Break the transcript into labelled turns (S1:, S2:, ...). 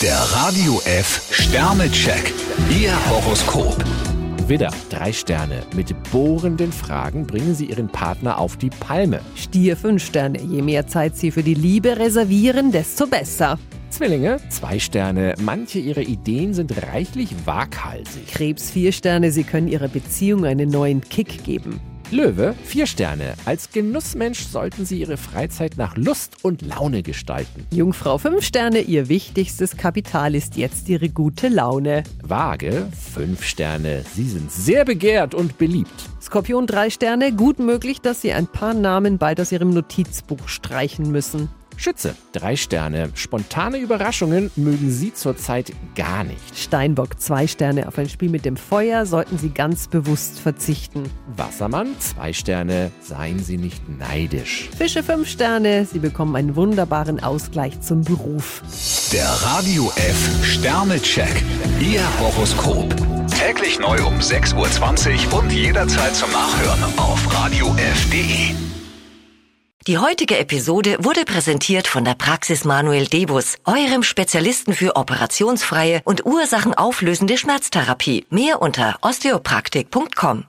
S1: Der Radio F Sternecheck. Ihr Horoskop.
S2: Widder, drei Sterne. Mit bohrenden Fragen bringen Sie Ihren Partner auf die Palme.
S3: Stier 5 Sterne. Je mehr Zeit Sie für die Liebe reservieren, desto besser.
S2: Zwillinge, zwei Sterne. Manche Ihrer Ideen sind reichlich waghalsig.
S3: Krebs 4 Sterne. Sie können Ihrer Beziehung einen neuen Kick geben.
S2: Löwe, vier Sterne. Als Genussmensch sollten Sie Ihre Freizeit nach Lust und Laune gestalten.
S3: Jungfrau 5 Sterne. Ihr wichtigstes Kapital ist jetzt Ihre gute Laune.
S2: Waage, fünf Sterne. Sie sind sehr begehrt und beliebt.
S3: Skorpion 3 Sterne. Gut möglich, dass Sie ein paar Namen bald aus Ihrem Notizbuch streichen müssen.
S2: Schütze, drei Sterne. Spontane Überraschungen mögen Sie zurzeit gar nicht.
S3: Steinbock 2 Sterne. Auf ein Spiel mit dem Feuer sollten Sie ganz bewusst verzichten.
S2: Wassermann, zwei Sterne. Seien Sie nicht neidisch.
S3: Fische 5 Sterne. Sie bekommen einen wunderbaren Ausgleich zum Beruf.
S1: Der Radio F Sternecheck. Ihr Horoskop. Täglich neu um 6.20 Uhr und jederzeit zum Nachhören auf Radio E. radiof.de.
S4: Die heutige Episode wurde präsentiert von der Praxis Manuel Debus, eurem Spezialisten für operationsfreie und ursachenauflösende Schmerztherapie. Mehr unter osteopraktik.com.